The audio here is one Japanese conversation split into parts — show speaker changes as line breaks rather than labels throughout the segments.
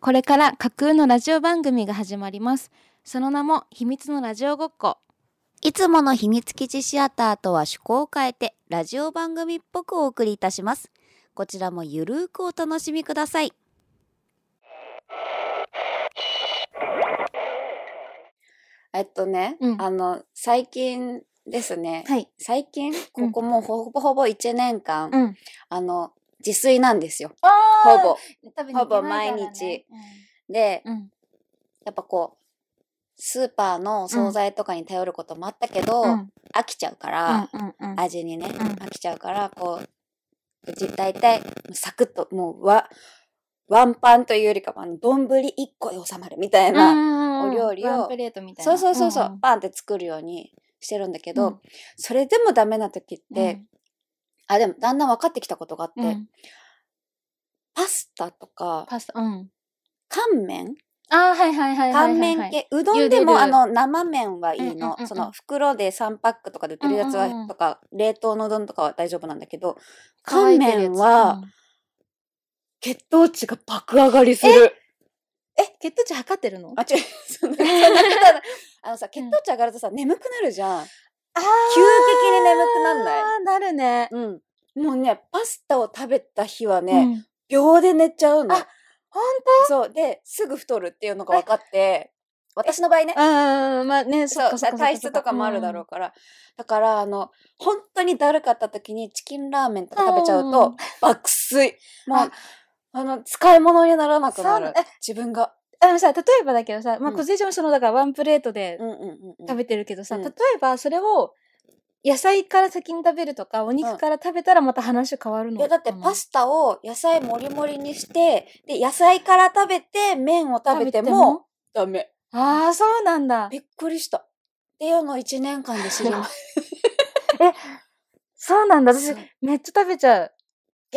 これから架空のラジオ番組が始まります。その名も秘密のラジオごっこ。
いつもの秘密基地シアターとは趣向を変えてラジオ番組っぽくお送りいたします。こちらもゆるーくお楽しみください。えっとね、
うん
あの最近ですね、
はい。
最近
う
こ
ん
こもうほぼほぼ1年間、
うん。
あの自炊なんですよ
ほ
ほぼ。
ぼ
ほぼ毎日。で
うん。
やっぱこうスーパーの惣菜とかに頼ることもあったけど、
うん。
飽きちゃうか
う
ら、
ん。うん。うん。
味にね、
ん
飽きちゃうからこううち大体サクッともうわワンパンというよりかは丼1個で収まるみたいな、
な
お料理を
ワンプレートみたい
そ
な。
うそうそうそう、
んん
パンって作るようにしてるんだけど、
うん
それでもダメな時って、あでもだんだん分かってきたことがあって、
うんうん
パスタとか
パスタ。うん。
乾麺
あーはいはいはいはいはいはい。
乾麺系うどん
茹で
で
る
もあの生麺はいい
うんうん
の
うんうん
その袋で3パックとかで売ってるやつ
うんうんう
は
ん
とか冷凍のうどんとかは大丈夫なんだけど
乾い
乾
てるやつ。
麺は
うん
血糖値が爆上がりする。
え、血糖値測ってるの
あ、違う、 そんな、そんなことはないあのさ、血糖値上がるとさ、眠くなるじゃん。
あー
急激に眠くなんない
あーなるね。
うん。もうね、パスタを食べた日は
う
ね、
ん
秒で寝ちゃうの
あ。ほん
そう。で、すぐ太るっていうのが分かって、私の場合ね
と、うん、まあね、そ
そ
っ
う
かそっかそっかそっか。
体質とかもあるだろうから、だからあの本当にだるかった時にチキンラーメンとか食べちゃう
うん
と爆睡もう
あ
あの使い物にならなくな
そう
る
え
自分が
うん。あのさ、例えばだけどさ、まあ、
うん
小杉ちゃんもその、だからワンプレートで
うんうんうんうん
食べてるけどさ、
うん
例えばそれを野菜から先に食べるとか、お肉から食べたらまた話変わるの
いやだってパ
ス
スタを野菜もりもりにしてで野菜から食べて麺を食べてもダメ
ああ、そうなんだ。
びっくりしたっていうのを1年間で知りまし
そうなんだ。
た
私
い、
めっちゃ食べちゃう。
い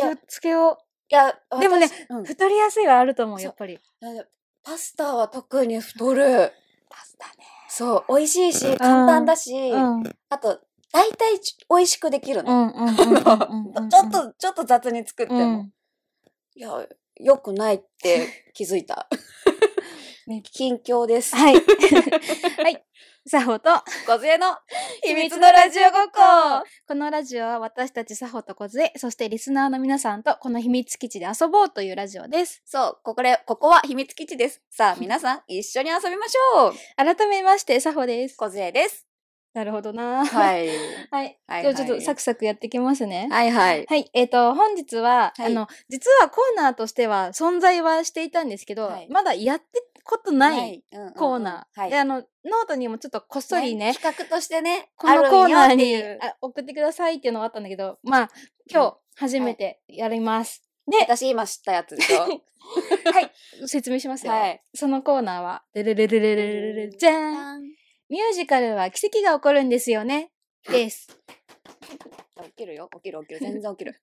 気
や
をつけよ
や
う。でもね、
私うん
太りやすいはあると思う、
そう
やっぱり。
パスタは特に太る
パスタね。
そう美味しいし簡単だし、
うん。うん
あと、大体ち美味しくでき
う
るの。
んうんうんうんうん。
ちょっと、ちょっと雑に作っても。
うん。
いや、良くないって気づいた
ね
近 況です。
はい。はい。サホと
小杖の
秘
秘
密
密
のラ
のラ
ジ
ジ
オ
オ
ごっ
ごっ
こ
こ。
このラジオは私たちサホと小杖、そしてリスナーの皆さんとこの秘密基地で遊ぼうというラジオです。
そう、ここで、ここは秘密基地です。さ あ、皆さん、一緒に遊びましょう。
改めまして、サホです。
小杖です。
なるほどな。い。
い。
はい。
はい
じゃあちょっとサクサクやっていきますね。
はいはい。
はい。えっ、と、本日は、
はい
あの、実はコーナーとしては存在はしていたんですけど、
はい
まだやってことない
うんうんうん
コーナー。
はい
で、。あの、ノートにもちょっとこっそりね、
企画としてね、
このコーナー
あるん
に
よっていう
あ送ってくださいっていうのがあったんだけど、まあ、今日初めてやります。
私今知ったやつ でしょ。
説明しますよ。
はい
そのコーナーは、でれれれれれれれれじゃんミュージカルは奇跡が起こるんですよね。です。
起きるよ。起きる起きる。全然起き る。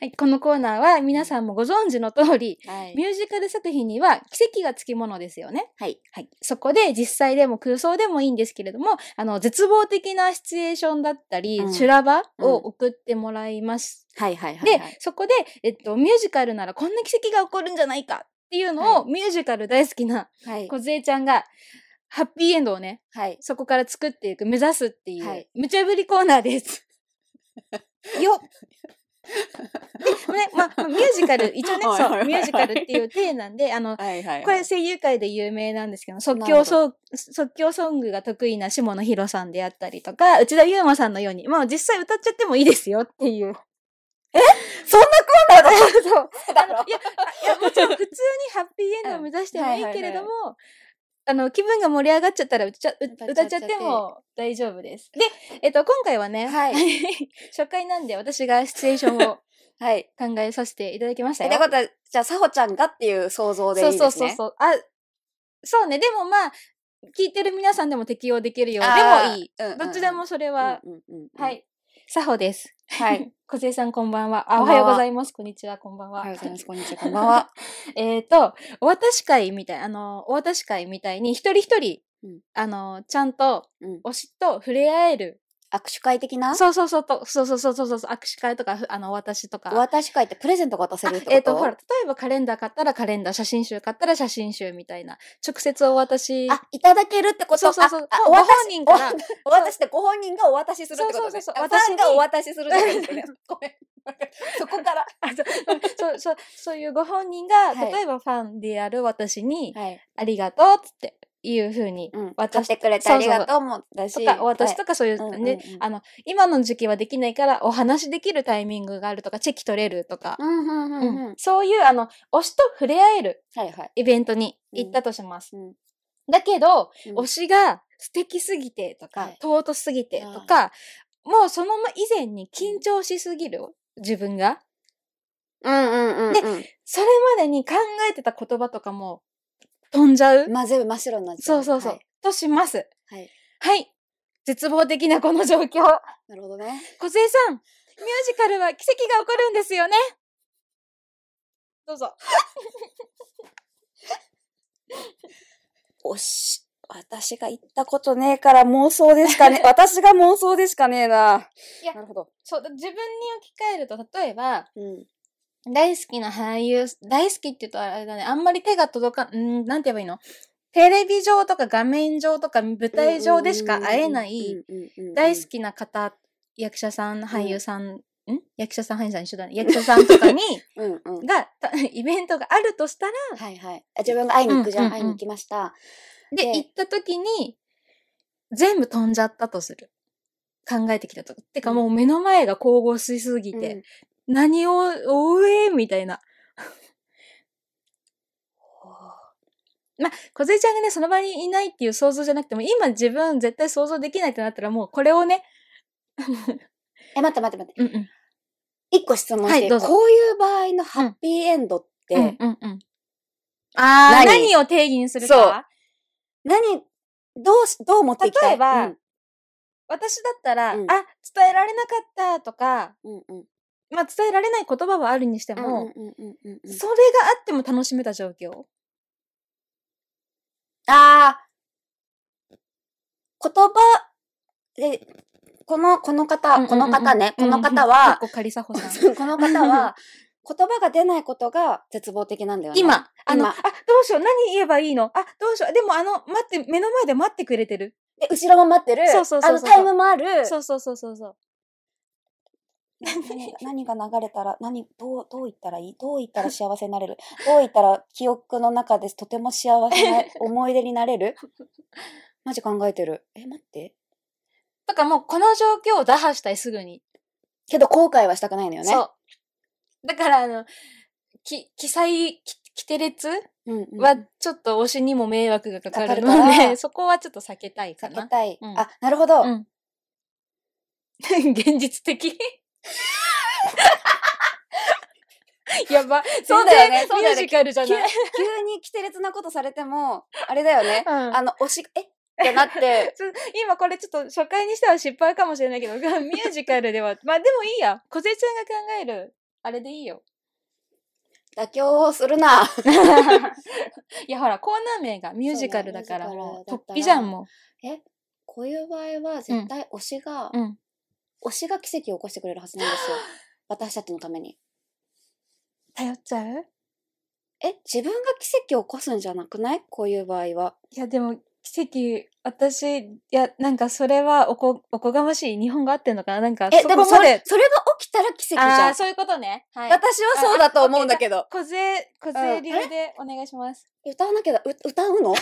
はい、このコーナーは皆さんもご存知の通り、
はい
ミュージカル作品には奇跡がつきものですよね。
はい。
はい。そこで実際でも空想でもいいんですけれども、あの、絶望的なシチュエーションだったり、
うん
修羅場を送ってもらいます。
はいはいはい。
で、
はい
そこで、えっと、ミュージカルならこんな奇跡が起こるんじゃないかっていうのを、ミュージカル大好きな
はい。
梢ちゃんが、ハッピーエンドをね、
はい。
そこから作っていく、目指すっていう、
はい
無茶ぶりコーナーです。よっで、ね、まあ、ミュージカル、一応ね、
はいはい
そ
は
う、
い
ミュージカルっていう体なんで、あの、
はいはいはい。
これ声優界で有名なんですけど、即
な
興
るほ
ソン即興ソングが得意な下野紘さんであったりとか、内田優馬さんのように、まあ実際歌っちゃってもいいですよっていう。
そんなコーナーだっ
そう。
ただろ
いや、あいやもちろん普通にハッピーエンドを目指してもいいけれども、あの、気分が盛り上がっちゃったら歌っちゃう
歌っちゃ
歌っ
っ
ち
ち
ゃ
ゃ
っ
って
ても大丈夫です。で、えっと、今回はね、
はい
初回なんで私がシチュエーションを
はい。
考えさせていただきました
え
よ。
ってことは、じゃあ、さほちゃんがっていう想像でいいですね。
そうそうそうそう。あ、そうね。でもまあ、聞いてる皆さんでも適用できるよ。で
あー
もいい。
うんうんうん
どっちでもそれ
うん
は。
うんうんうん
は。い。作法です。
はい。。
小杉さんこんばんは。あ、
こ
お
んば
は
んは
ようございます。こんにちは。こんばん
お
は。
はようございます。こんにちは。こんばんは。
えっと、お渡し会みたい、あの、お渡し会みたいに、一人一人、
うん
あの、ちゃんと
うん
推しと触れ合える
握手会的な
そうそうそうと、そうそうそうそうそう、握手会とか、ふあの、お渡しとか。
お渡し会ってプレゼントが渡せるってこと
えっ、と、ほら、例えばカレンダー買ったらカレンダー、写真集買ったら写真集みたいな、直接お渡し。
あ、いただけるってこと
そうそうそう
ああ
ご
お渡し
本人から
おお渡しってご本人がお渡しするってことね。
そうそうそう
あファンが
私に
お渡しするじゃないで すね。ごめん。 そこから。
そう、そう、そういうご本人が、
はい
例えばファンである私に、
はい。
ありがとうっつっていうふうに、
うん。
渡
買っ
して
くれてありがとうもだし。
とか、お渡し
はい
とかそういう、
はい
ね、
うんうんうん
あの、今の時期はできないから、お話しできるタイミングがあるとか、チェキ取れるとか、
うんうんうんうん。
うんそういう、あの、推しと触れ合える
はいはい。
イベントに行ったとします。
うんうん
だけど、
うん
推しが素敵すぎてとか、
はい
尊すぎてとか、もうその以前に緊張しすぎる自分が。
うんうんうん。
で
で、
それまでに考えてた言葉とかも飛んじゃう、
まあ、全部真っ白になっちゃ。
そううそうそう、
はい。
とします。
はい。
はい。絶望的なこの状況。
なるほどね。
小杉さん、ミュージカルは奇跡が起こるんですよね。どうぞ。
おし、私が言ったことねえから妄想でしかね、 私が妄想でしかねえな。
いや
なるほど。
そう、自分に置き換えると、例えば、
うん。
大好きな俳優、大好きって言うとあれだね、あんまり手が届かん、んーなんて言えばいいのテレビ上とか画面上とか舞台上でしか会えない、
うんうんうんうん、
大好きな方、役者さん、俳優さん、ん役者さん、俳優さん一緒だね。役者さんとかに、
うんうん。
が、たイベントがあるとしたら、
はいはい。あ自分が会いに行くじゃん。
うんうんうん
会いに行きました。
で、
で
行った時に、全部飛んじゃったとする。考えてきたと。てかもう目の前が神々しすぎて、何を追えみたいな。小杉ちゃんがね、その場にいないっていう想像じゃなくても、今自分絶対想像できないってなったら、もうこれをね、
え、待って待って待って。
うんうん。
一個質問していい、
はいどうぞ
こういう場合のハッピーエンドって、
うんうんうん。あー、
何
何を定義にするか
何、どうし、どう持っていきたい
例えば
うん
私だったら、
うん
あ、伝えられなかったとか、
うんうん
まあ伝えられない言葉はあるにして
うん
も、
うんうんうんうん
それがあっても楽しめた状況。
あー言葉で、この、この方、この方ね、この方は、
こりさほさん。
この方は、言葉が出ないことが絶望的なんだよね。
今、あの、
今
あ、どうしよう、何言えばいいのあ、どうしよう、でもあの、待って、目の前で待ってくれてる。
で、後ろも待ってる。
そうそうそうそう
あの、タイムもある。
そうそうそうそうそう。
何が何が流れたら、何、どう、どう言ったらいいどう言ったら幸せになれるどう言ったら記憶の中でとても幸 せな思い出になれるマジ考えてる。え、待って。
とかもうこの状況を打破したい、すぐに。
けど後悔はしたくないのよね。
そう。だから、あの、き、記載、き、きて列
うんうん。
は、ちょっと推しにも迷惑がかかるの
かかるか
で、
ら
そこはちょっと避けたいか
避け
な。
たい。
うん
あ、なるほど。
うん。 現実 的やば。
そうだよね
全然
そ
ミ
うだよね
ュージカルじゃ
急急
ない。
に奇烈なことされても、あれだよね。
うん
あの、推し、えってなって、
ちょ今これちょっと初回にしては失敗かもしれないけど、ミ ュージカルでは、まあでもいいや。小杉ちゃんが考える、あれでいい よ。
妥協をするな。
いやほら、コーナー名がミュージカルだから、
そうね
も
ミュージ
う、突
カルだったら
飛じゃん、も
こういう場合は、絶対推しが、
う。うん。
推しが奇跡を起こしてくれるはずなんですよ。私たちのために。
頼っちゃう
え、自分が奇跡を起こすんじゃなくないこういう場合は。
いやでも、奇跡、私、いや、なんかそれはおこ、おこがましい。日本が合ってんのかななんか、
え、
そ
で
こ
もそ
まで
れ、。それが起きたら奇跡じ
あ
ゃ
あ、
ん。
そういうことね。はい。
私はそうだと思うんだけど。
小杉、小
う
杉
ん
流でお願いします。
歌わなきゃだ、う歌うの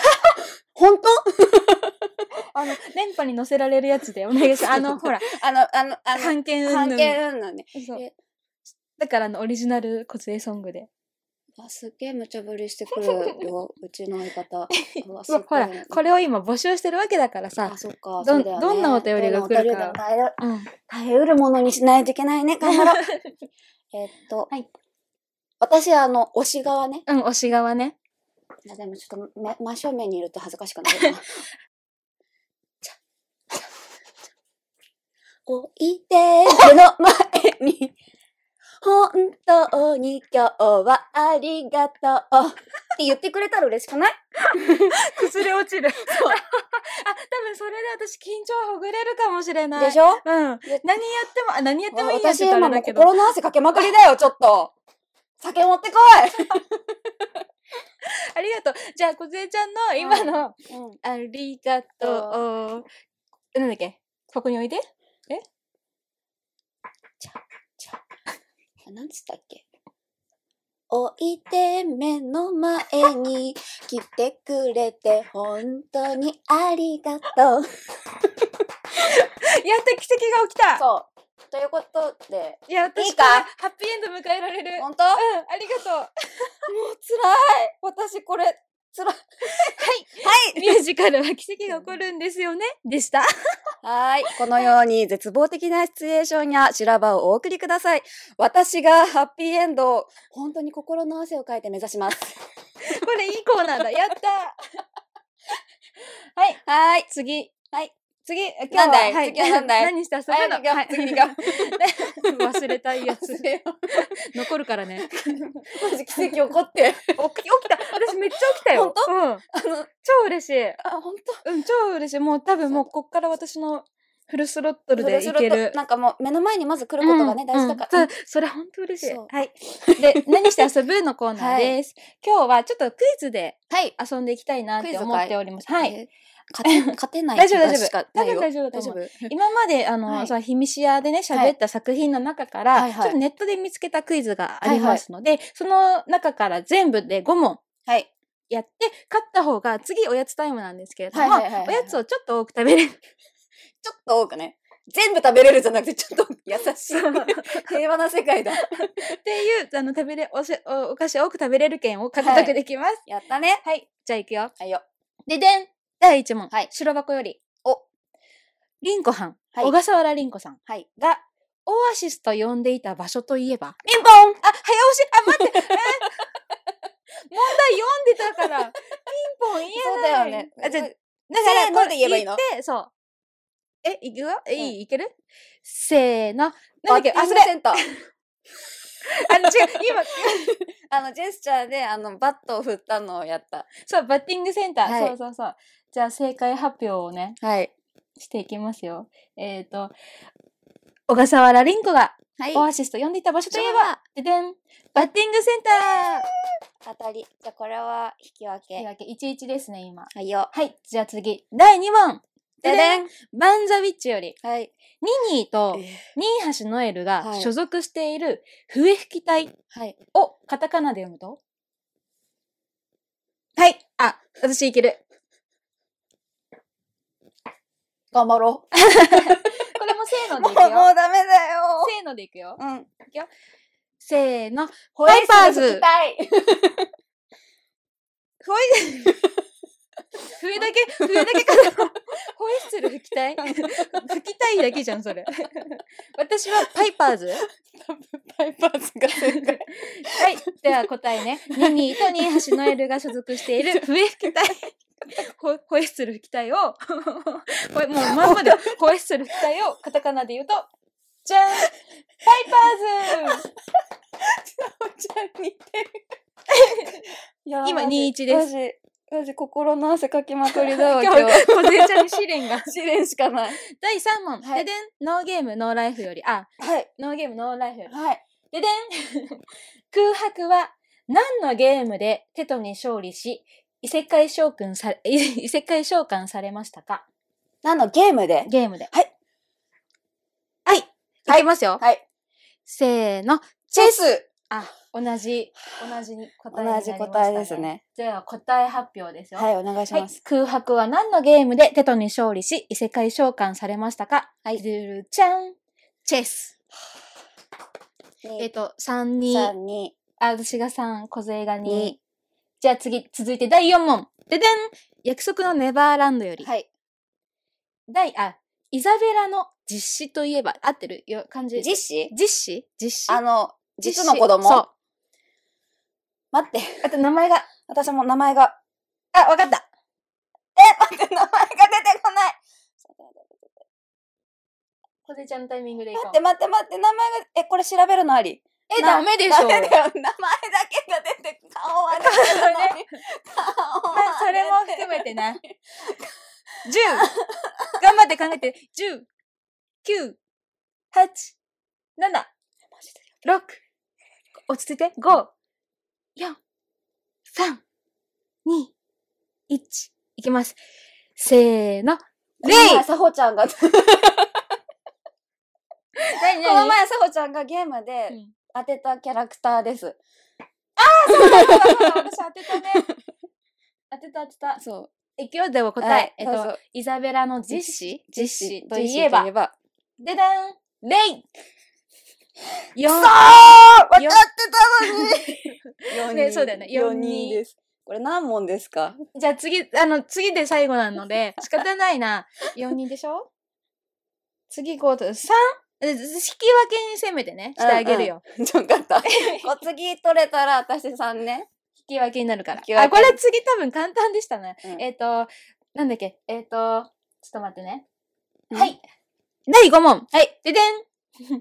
本当
あの、電波に乗せられるやつでお願い します。あの、ほら、
あの、あの、あの、
関係云々
関係うんね。
そう
え
だからあのオリジナル小杖ソングで。
あ、すっげえ無茶ぶりしてく るよ、うちの相方。うわすっごい
ほら、これを今募集してるわけだからさ
あ、。そっ
ど
か。
ん
そうだよね
どんなお便りが来るか
どんなお便りが耐える
うん。
耐えうるものにしないといけないね。頑 張ろう。えっと、
はい
私、あの、推し側ね。
うん、推し側ね。
いやでもちょっとめ真正面にいると恥ずかしくなるな。 ちゃちゃちゃおいで目の前に本当に今日はありがとう。って言ってくれたら嬉しくない
崩れ落ちる。 そう。あ、多分それで私緊張ほぐれるかもしれない。
でしょ
うん。何やっても、あ、何やってもいいやつ
私
ってあ
今
れ
もう
だけど。
心の汗かけまくりだよ、ちょっ と。酒持ってこ
ありがとう。じゃあ、小杖ちゃんの今の、
い、うん、
ありがとう。なんだっけここ においで
なんつったっけおいて目の前に来てくれて本当にありがとう。
やった奇跡が起きた
そう。ということで、
いや、私
いいか
これハッピーエンド迎えられる。うん、あ
本当もう
りがと
辛い。私これ、辛い。
う。ミュージカルは奇跡が起こるんですよねでした。
はい。このように絶望的なシチュエーションや修羅場をお送りください。私がハッピーエンドを本当に心の汗をかいて目指します。
これいいコーナーだ。やったはい。
はい。
次。
はい。
次、今日
なんだい
は
次はなんだい
何して遊ぶ
はい
の、はい、
次に行こ
忘れたいやつ。残るから ね。
マジ奇跡起こって。
起き起きた私めっちゃ起きたよ。うん。
あの、
超嬉しい。
あ、本当
うん、超嬉しい。もう多分もうこっから私のフルスロットルでい
それ
け
そ
る
れと。なんかもう目の前にまず来ることがね、
うん
大事だか
う
ら。
んそうそれ本当嬉しい。
そう
はい。で、何して遊ぶのコーナーです。今日はちょっとクイズで
はい。
遊んでいきたいなっ
クイ
て
ズ会
思っております。はい。
えー。勝 て、勝てない
大丈夫
気がしかないよ
大丈夫多分大丈夫
大丈夫
今まで、あの、
はい
その秘密シアでね、
はい
喋った作品の中から、
はいはい
ちょっとネットで見つけたクイズがありますので、その中から全部で5問
はい。
やって、勝った方が次おやつタイムなんですけれども、
はいはいはいはい
おやつをちょっと多く食べれる。
ちょっと多くね。全部食べれるじゃなくて、ちょっと優しい
そう。
平和な世界だ。
っていう、あの、食べれ、おしおお菓子を多く食べれる券を獲得できます。
やったね。
はい。じゃあ行くよ。
はいよ。
ででん第1問。
はい
白箱より。
お。
リンコはん。
はい
小笠原リンコさん。
はい。
が、オアシスと呼んでいた場所といえば、
ピンポン
あ、早押し、あ、待 って、えー問題読んでたから、ピンポン言
そう
え
だよ
ない。
ね。
あ、じゃあ、
せ
だ
ーの
からこれ
で言えばいいの
言って、そう。え、いくよえ
う
いい、いけるせーの。なんだ
バ
っ
ッテ
け
ィ
あ、
ン
そ
グ
れ、
センター。
あの、違う、今、
あの、ジェスチャーで、あの、バットを振ったのをやった。
そう、バッティングセンター。
はい
そうそうそう。じゃあ、正解発表をね、
はい。
していきますよ。えっ、と、小笠原凛子が
はい。
オアシスと呼んでいた場所といえ
そう
ば、ででん、バッティングセンター
当たり。じゃあ、これは引き分
という
け。
わけ、1-1ですね、今。
はいよ。
はい、じゃあ次、第2問。
で
で
で
で
ん
んバンザウィッチより、
はい。
ニニーとニーハシノエル
は
が
い
所属している笛吹き隊
はい。
をカタカナで読むとはい、あ、私いける。
頑張ろう。
これもせーの
も
で
う、
い
も
く
う
よ。
ダメだよ。
せーのでいくよ。
うん。
せーの。
ホ
イパーズ
聞きたい。
ほい、笛だけ、笛だけかな。ホイッスル吹きたい吹きたいだけじゃん、それ。私はパイパーズ
パイパーズが正解。
はい。では答えね。ニニーとニーハシノエルが所属している笛吹き隊。ホホイッスル吹き隊を、これもうまんまでホイッスル吹き隊をカタカナで言うと、じゃんパイパーズ
ちゃん似てる。
今2-1
マ
で
ジ
す。
マジ心の汗かきまくりだわ、今
今
日。
日、小手ちゃんに試練が。
試練しかない。
第3問。
はい
ででん、ノーゲーム、ノーライフより、あ、
はい。
ノーゲーム、ノーライフより。
はい。
ででん 空白は何のゲームでテトに勝利し、異世界召喚され、 異世界召喚されましたか
何のゲームで
ゲームで。
はい。
はい。いきますよ。
はい。
せーの。
チェス
あ、同じ、同じに答えになり
同
まし
じ
た、ね。
答えです。ね。
では答え発表ですよ。
はい、お願いし
はい
ます。
空白は何のゲームでテトに勝利し、異世界召喚されましたか
はい
ルールちゃん。チェス。えっ、
2、
と、3、2、
3、2、
あ、私が3、小勢が2
二。
じゃあ次、続いて第4問。ででん約束のネバーランドより。
はい。
第、あ、イザベラの実施といえば、合ってるよ、感じ。
実施
実施実施
あの、実の
施そ
子供
う。
待って、
あと名前が、
私も名前が、
あ、わかった。
待って、名前が出てこない
小手ちゃんのタイミングでいこう
待って待って待って、名前が、え、これ調べるのあり
え、ダメでしょ。
ダメだよ。名前だけが出て、顔は出てるのに。顔
まあ
は
それも
出て
含
る
めてな。10! 頑張って考えて。10、9、8、7、
マジで
6、落ち着いて。5、4、3、2、1、いきます。せーの。 レイ
この前、さほちゃんが、こ
何
の前、さほちゃんがゲームで
うん
当てたキャラクターです。
私当てたね。 当てた当てた。
そう。
いくよ、では答え。
はい
えっと、
どうぞ
イザベラの実子実子といえ
ジ
ば
ェシーと、ば。
でだんレイ
く
!4!
そーわかっ
よ
てたの に
ねそうだよね
4
4-2
人です。これ何問ですか
じゃあ次、あの、次で最後なので、仕方ないな。4人でしょ次5と、3? え引き分けにせめてね、してあげるよ。
ちょ、か った。お次取れたら私3ね。
引き分けになるから
引き。分
あ、
け
これ次多分簡単でしたね。
うん
えっ、と、なんだっけ、えっ、と、ちょっと待ってね。
うん
はい。第5問。はい。ででん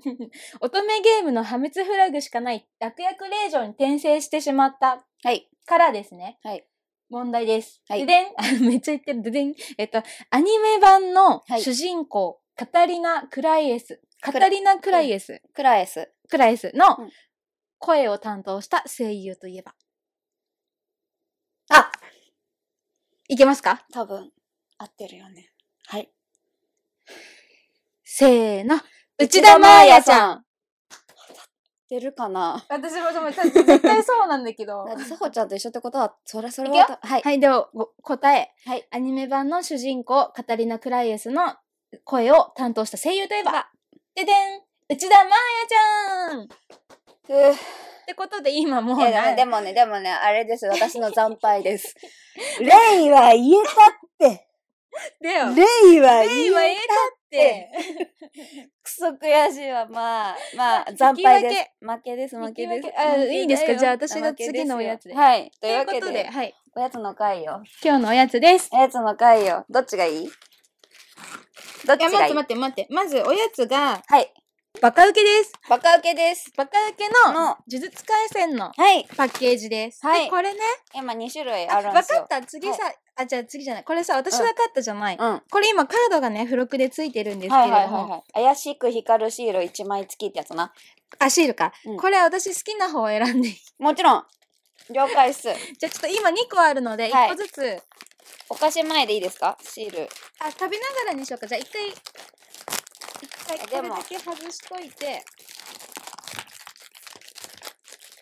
乙女ゲームの破滅フラグしかない悪役令嬢に転生してしまった
はい。
からですね。
はい。
問題です。
はい
ででん あめっちゃ言ってる。ででんえっと、アニメ版の
はい
主人公、カタリナ・クライエス。カタリナ・クライエス。
クラエス。
クライエスの
うん
声を担当した声優といえば。
あ
いけますか
多分、合ってるよね。はい。
せーの。内田真彩ちゃん。
ん。出るかな
私もそう絶対そうなんだけ ど
だってさほちゃんと一緒ってことは、それそれ
いく
は、はい。
はい、では、ご答え。
はい。
アニメ版の主人公、カタリナ・クライエスの声を担当した声優といえば、ででん内田真彩ちゃんっ
ふう
てことで今もう
いや
ない
でもね、でもね、あれです。私の惨敗 です。レイは言えたって。
だよ。
レイは
レイはええかって。
くそ悔しいわ。まあ、まあ、惨敗です。負けです、負けです。
あ
負けだよ
いいんですかじゃあ私が次のおやつで
はい。と
と
い
いうう
わ
こ
け
とで、
で、
はい。
おやつの回よ。
今日のおやつです。
おやつの回よ。どっちがいいどっち
いや、
が
待っ
い
て
い
待って待って。まずおやつが、
はい。
バカウケです。
バカウケです。
バカウケの
の
呪術廻戦の
はい。
パッケージです。
はい
でこれね、
今2種類あ
あ
るん
わ
です
かっ
よ。
た。次さ、あ、じゃあ次じゃない。これさ、私わかったじゃない。
うん。
これ今カードがね、付録で付いてるんですけ
は
れど
い
も、
はいはいはい。怪しく光るシール1枚付きってやつな。
あ、シールか、
うん
これ私好きな方を選んでいい。
もちろん、了 解っす。
じゃあちょっと今2個あるので、
は
1
い
個ずつ、
お菓子前でいいですかシール。
あ、食べながらにしようか。じゃあ1回、一
で
回これ
も
だけ外しといて、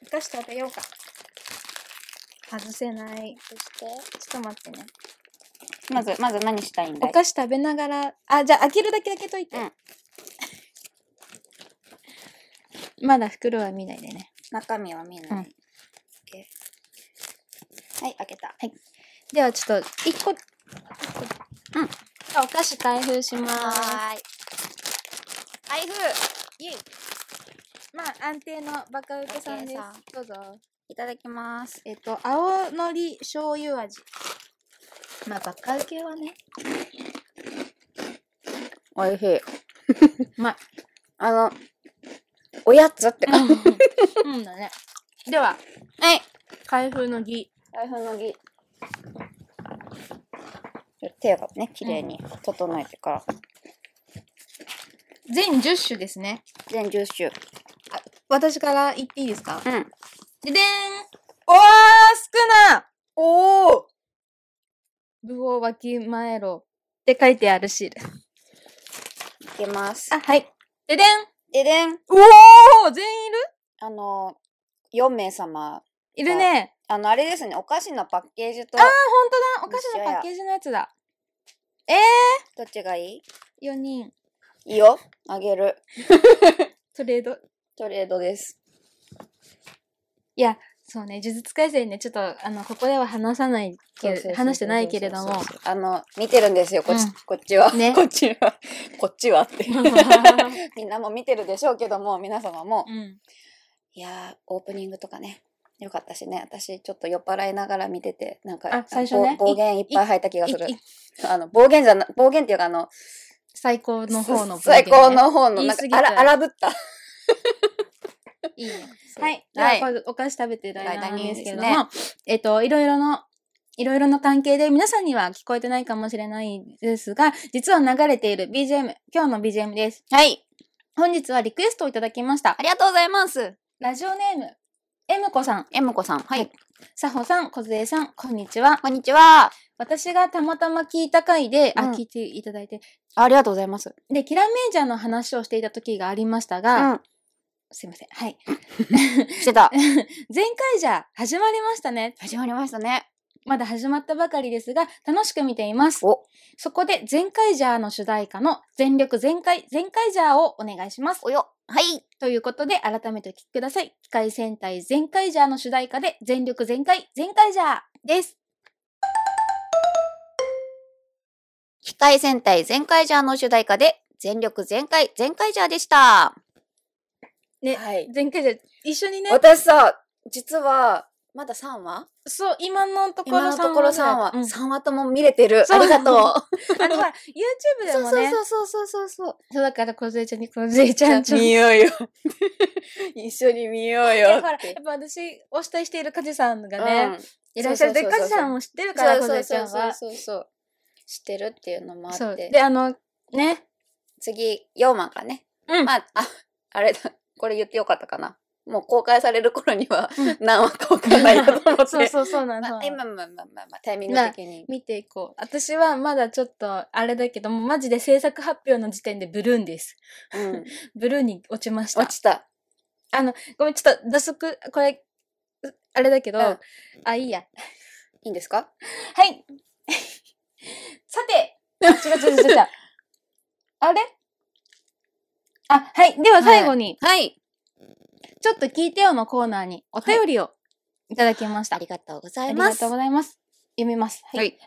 お菓子食べようか。外せない。
そして、
ちょっと待ってね。
まず、まず何したいんだ
お
い
菓子食べながら、あ、じゃあ開けるだけ開けといて。まだ袋は見ないでね。
中身は見ない。
うん
OK はい、開けた。
ではちょっと、1個、
うん
じゃあお菓子開封します。
ーい。開封
イエイまあ安定のバカウケさんです
バカウ。
どうぞ。
いただきます。
えっと、青のり醤油味。まあバカウケはね。
おいしい。
まあ、
あの、おやつって感じ。
うん、うんだね。では、
はい。
開封の儀。
開封の儀。手がね、綺麗に整えてから。
全10種ですね。
全10種。
私から言っていいですか
うん。
ででーんおー少な
おお
部をわきまえろ。って書いてあるシール。
いけます。
あ、はい。ででん
ででん。
おー全員いる
あの、4名様。
いるね。
あの、あれですね、お菓子のパッケージと、
あ、ほんとだ。お菓子のパッケージのやつだ。え
どっちがいい
ー、4人。
いいよ。あげる。
トレード。
トレードです。
いや、そうね、呪術廻戦ね、ちょっと、あの、ここでは話さないけ
そうそうそうそうそう
話してないけれども。。
あの、見てるんですよ、こっち、
うん
こっちは。
ね
こっちは。こっちはって。 みんなも見てるでしょうけども、皆様も。
うん。
いやー、オープニングとかね。よかったしね。私、ちょっと酔っ払いながら見てて、なんか、
あ最初ね
ぼ暴言いっぱい吐いた気が
い
する
い。
あの、暴言じゃな、暴言っていうか、あの、
最高の方の、
最高。の方の、
言い
なん
過
か
ぎ、た
あら、荒ぶった。
いいね。
そう
はい。じゃ
は
あ、
い
これお菓子食べてる間なんですけれど
間
も、えっと、いろいろの、いろいろの関係で皆さんには聞こえてないかもしれないですが、実は流れている BGM、今日の BGM です。
はい。
本日はリクエストをいただきました
あ。りがとうございます。
ラジオネーム、えむこさん、
えむこさん。はい。
さほさん、こずえさん、こんにちは。
こんにちは。
私がたまたま聞いた回で、あ、
うん
聞いていただいて、
ありがとうございます。
で、キラメージャーの話をしていた時がありました
う
が、
ん。
すいません。はい。
してた。
前回じゃ始まりましたね。
始まりましたね。
まだ始まったばかりですが、楽しく見ています。
お、
そこで、全開ジャーの主題歌の全力全開、全開ジャーをお願いします。
およ。はい。
ということで、改めてお聞きください。機械戦隊全開ジャーの主題歌で、全力全開、全開ジャーです。
機械戦隊全開ジャーの主題歌で、全力全開、全開ジャーでした。
ね
はい。
全開ジャー、一緒にね、
私さ、実は、まだ3話
そう、今のところ
今のところ3話。
うん
3話とも見れてる。
そ
あ
う
りがとう。
あの、ほら YouTube でもね、そう
そうそうそうそうそう。
だから、小杖ちゃんに、小杖ちゃんちょっと
見ようよ。 一緒に見よう
い
よ。
やほら、やっぱ私、お慕いしているカジさんがね、
うん
いらっしゃる。で、
そう
カ
そう
ジ
そうそう
さんも知ってるから、
そ
小
うそ
杖
う
ちゃ
そうんそう
は。
そうそう。してるっていうのもあ
そう。
って。
で、あの、ね、
次、4話がね。
うん
まあ、あ、あれだ。これ言ってよかったかな。もう公開される頃には
うん
何話かわかんないなと思って。
そうそうそうなん
まあ、
です。
今、まあまあまあまあ、タイミング的に。
見ていこう。私はまだちょっと、あれだけども、マジで制作発表の時点でブルーンです。
うん。
ブルーンに落ちました
落。ちた。
ごめん、ちょっと、打足、これ、うあれだけど、
うん
あ、いいや。
いいんですか
はい。 さて、違う違う 違う違う。あれあ、はい。では最後に、
はい。
ちょっと聞いてよのコーナーにお便りをいただきました。
ありがとうござ
あ
い
り
ま
が
す
とう。ございます。読みます。はい。
はい。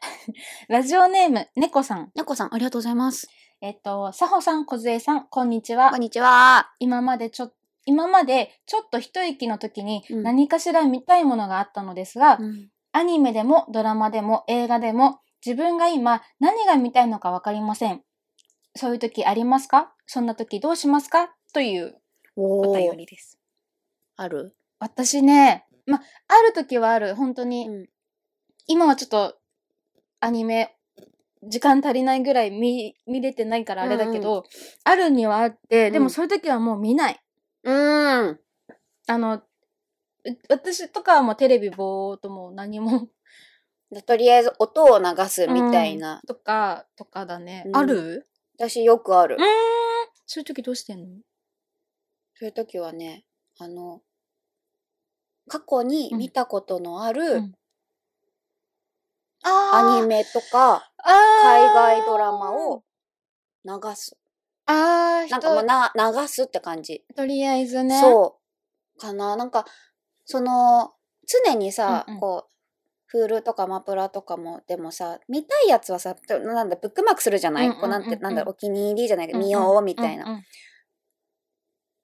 ラジオネーム、猫さん。
猫さん、ありがとうございます。
えっと、さほさん、こずえさん、こんにちは
こん。にちは。
今までちょ、今までちょっと一息の時に
うん
何かしら見たいものがあったのですが、
うん
アニメでもドラマでも映画でも自分が今何が見たいのかわかりません。そういう時ありますかそんな時どうしますかというお
お
便
ー
りです。
ある
私ね、ま、ある時はある、本当に。
うん
今はちょっとアニメ、時間足りないぐらい見、見れてないからあれだけど、あるにはあって、で
う
も
ん
そういう時はもう見ない。
うん。
あの、う私とかはもうテレビぼーっともう何も
とりあえず音を流すみたいな。
とか、とかだね。
うん
ある
私よくある。
そういう時どうしてんの
そういう時はね、あの、過去に見たことのあるア
あ
ニメとか、海外ドラマを流す。
あー
なんかもう
人
な、流すって感じ。
とりあえずね。う。
そう。かな。なんか、その、常にさ、
うんうん
こう、フールとかマプラとかも、でもさ、見たいやつはさ、となんだ、ブックマークするじゃない、
うんうんうん
こうなんて、なんだろう、お気に入りじゃないけ
う
ど、
んうん
見ようみたいな。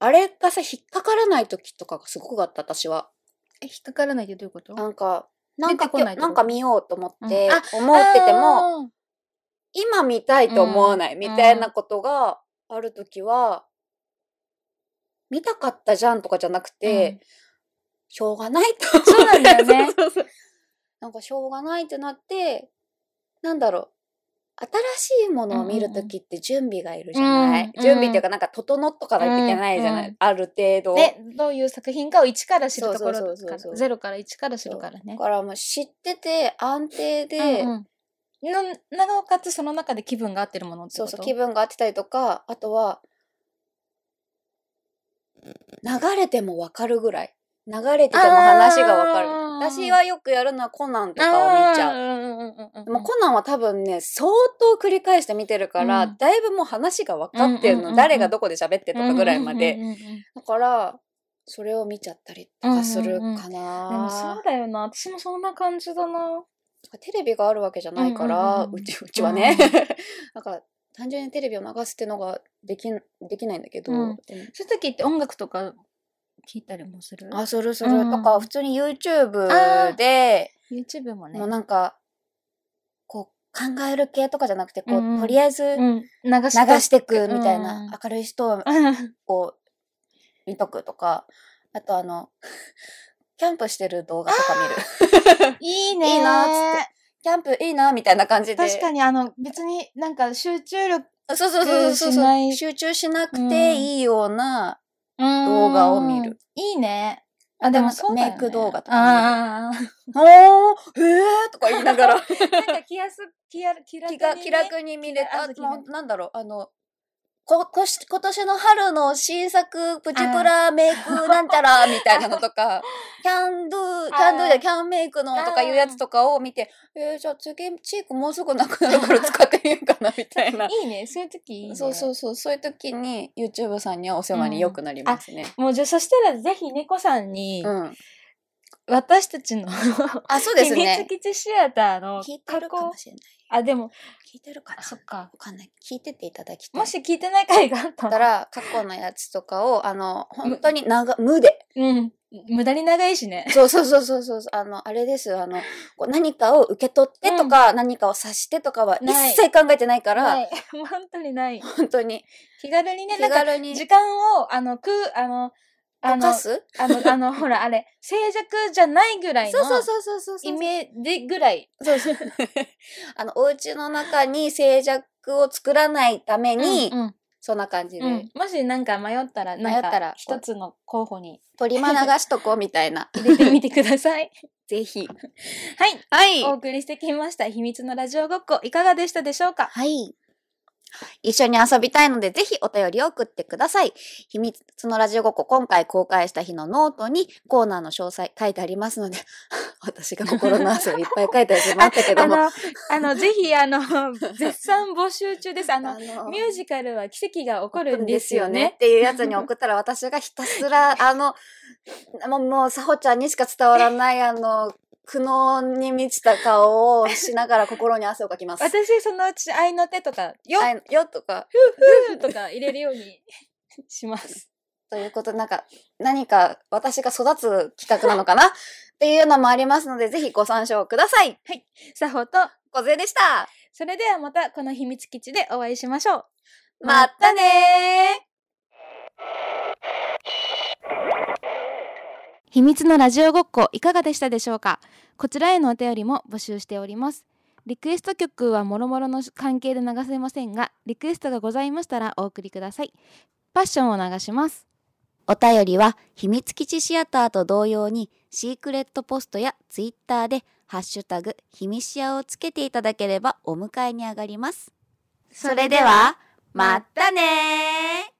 あれがさ、引っかからない時とかがすごくあった、私は。
え、引っかからないってどういうこと
なんか、なん
出
か
てこ
今
ないっ
日、
てこと
なんか見ようと思って
うんあ、
思ってても、
あー、
今見たいと思わない、
うん
みたいなことがある時は、見たかったじゃんとかじゃなくて、
うん
しょうがないと思って
そうなんだよね
そうそうそうなんかしょうがないってなって、なんだろう。新しいものを見るときって準備がいるじゃない、
うんうん
準備っていうかなんか整っとかないといけないじゃない、
うんうん
ある程度。
ね、どういう作品かを1から知るところ
そ
か
うそうそうそう
ら、ゼロから1から知るから
だ
ね。
からもう知ってて安定で、
うんうんのなおかつその中で気分が合ってるものって
そ
こ
う
と
そう気分が合ってたりとかあとは流れてもわかるぐらい流れてても話がわかる
あー
私はよくやるのはコナンとかを見ちゃう。
ゃ
でもコナンは多分ね相当繰り返して見てるから、
うん
だいぶもう話が分かってるの、
うんうんうんうん
誰がどこで喋ってとかぐらいまで、
うんうんうんうん
だからそれを見ちゃったりとかするか
でもそ
な
う、だよな。私もそんな感じだな。
テレビがあるわけじゃないか
うんうん
ら、う
うんうん
ちうちはね、 なんか単純にテレビを流すってのができんできないんだけど、
うん
でも
そういう時って音楽とか聞いたりもする
あ、するす
う
る。
ん
とか、普通に YouTube で、
?YouTube もね。
もうなんか、こう、考える系とかじゃなくて、こう、
うんうん
とりあえず流
うん、流
してくみたい
うん
な、明るい人を
うん
こう、見とくとか、あとあの、 キャンプしてる動画とか見る。
いいねー。
いいなーっつっキャンプいいな、みたいな感じで。
確かに、あの、別になんか集中力。
そうそうそうそ
集中
う
し
そ
な
う。
い
集中しなく
う
て
ん
いいような、
動
画を見る。
いいね。
あ
あ、でもそうだよ
メ
ね、
イク動画とか
あー
見る。おー、えーとか言いながら、
なんか気やす、気や、気楽
気
にね、
が気楽に見れた。あ
気楽
もうなんだろう、あの、こ、こし、今年の春の新作、プチプラメイクなんちゃら、みたいなのとか、キャンドゥ、キャンドゥ
あ
や
ー
キャンメイクのとかいうやつとかを見て、えー、じゃあ次、チークもうすぐなくなるから使ってみようかな、みたいな。
いいね。そういう時いいね。
そうそうそう、そういう時に YouTube さんにはお世話によくなりますね。
もうじゃあそしたらぜひ猫さんに、
うん。
私たちの
あ、そうです
秘
ね
密。基地シアターの
聞いて
過去
るかもしれない。
あでも
聞いてるかな
そっか
わかんない。聞いてていただきたい。
もし聞いてない回があった
だっ
ら、
たら、過去のやつとかを、あの、本当に長、無で。
うん、無駄に長いしね。
そうそうそうそうそう。あの、あれです。あの、こう何かを受け取ってとか、何かを察してとかは一
ない
切考えてないから、
はい、もう 本当にない。
本当に
気軽にね、
気
なんか
軽に
時間をあのくあのあ
溶
の
かす
あのあのほらあれ静寂じゃないぐらいの
そうそうそうそうそうそ
イ
う。
メージぐらい。
そう そうあの、お家の中に静寂を作らないために、
うんうん
そんな感じで、
うんもしなんか迷ったら
迷
な
っ
ん
たら
か一つの候補に。
取り間流しとこうみたいな
入れてみてください。
ぜ ひ。
はい、
はい。
お送りしてきました秘密のラジオごっこいかがでしたでしょうか。
はい。一緒に遊びたいので、ぜひお便りを送ってください。秘密のラジオごっこ、今回公開した日のノートにコーナーの詳細書いてありますので、 私が心の汗をいっぱい書いてしまったけ
あ
ども。
の、あ の、ぜひ、あの、絶賛募集中です。あの、
の
ミュージカルは奇跡が起こ
来
るんですよ
っ
ね。
ていうやつに送ったら私がひたすら、あの、もう、もう、さほちゃんにしか伝わら ない、あの、苦悩に満ちた顔をしながら心に汗をかきます。
私、そのうち、愛の手とか、よ
はいよっとか、
っとか入れるようにします。
ということで、なんか、何か私が育つ企画なの かなっていうのもありますので、ぜひご参照ください。
さほと、
小杖でした。
それではまたこの秘密基地でお会いしましょう。
まったねー
秘密のラジオごっこいかがでしたでしょうかこちらへのお便りも募集しておりますリクエスト曲はもろもろの関係で流せませんがリクエストがございましたらお送りくださいパッションを流します
お便りは秘密基地シアターと同様にシークレットポストやツイッターでハッシュタグ秘密シアをつけていただければお迎えに上がります。それでは、まったねー